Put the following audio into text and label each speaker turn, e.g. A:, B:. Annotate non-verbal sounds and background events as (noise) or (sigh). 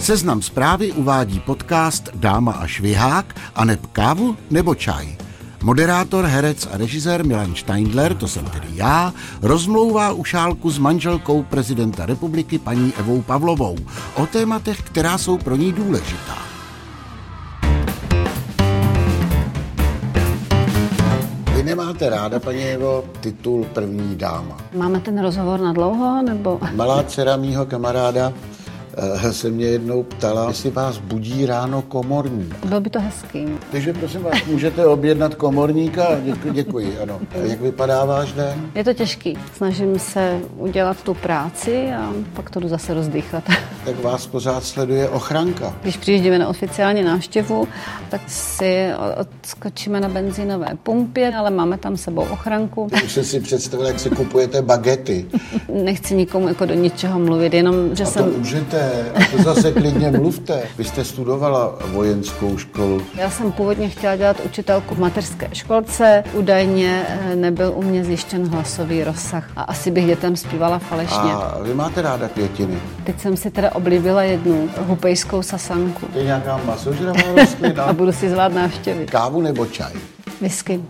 A: Seznam zprávy uvádí podcast Dáma a švihák a neb kávu nebo čaj. Moderátor, herec a režisér Milan Steindler, to jsem tedy já, rozmlouvá u šálku s manželkou prezidenta republiky paní Evou Pavlovou o tématech, která jsou pro ní důležitá. Vy nemáte ráda, paní Evo, titul první dáma.
B: Máme ten rozhovor na dlouho, nebo... (laughs)
A: Malá dcera mýho kamaráda eh, se mě jednou ptala, jestli vás budí ráno komorník.
B: Bylo by to hezký.
A: Takže prosím vás, můžete objednat komorníka? Děkuji, děkuji ano. A Jak vypadá váš den?
B: Je to těžký. Snažím se udělat tu práci a pak to jdu zase rozdýchat. (laughs)
A: Tak vás pořád sleduje ochranka.
B: Když přijíždíme na oficiální návštěvu, tak si odskočíme na benzínové pumpě, ale máme tam s sebou ochranku. (laughs)
A: Už jsem si představil, jak si kupujete bagety.
B: Nechci nikomu jako do ničeho mluvit, jenom, že
A: A to
B: jsem...
A: můžete, a to zase klidně mluvte. Vy jste studovala vojenskou školu.
B: Já jsem původně chtěla dělat učitelku v mateřské školce, údajně eh, nebyl u mě zjištěn hlasový rozsah a asi bych dětem zpívala falešně.
A: A vy máte ráda květiny.
B: Teď jsem si teda oblíbila jednu hupejskou sasanku
A: To je nějaká masožravá rostlina. (laughs)
B: a budu si zvát návštěvy.
A: Kávu nebo čaj?
B: Whisky.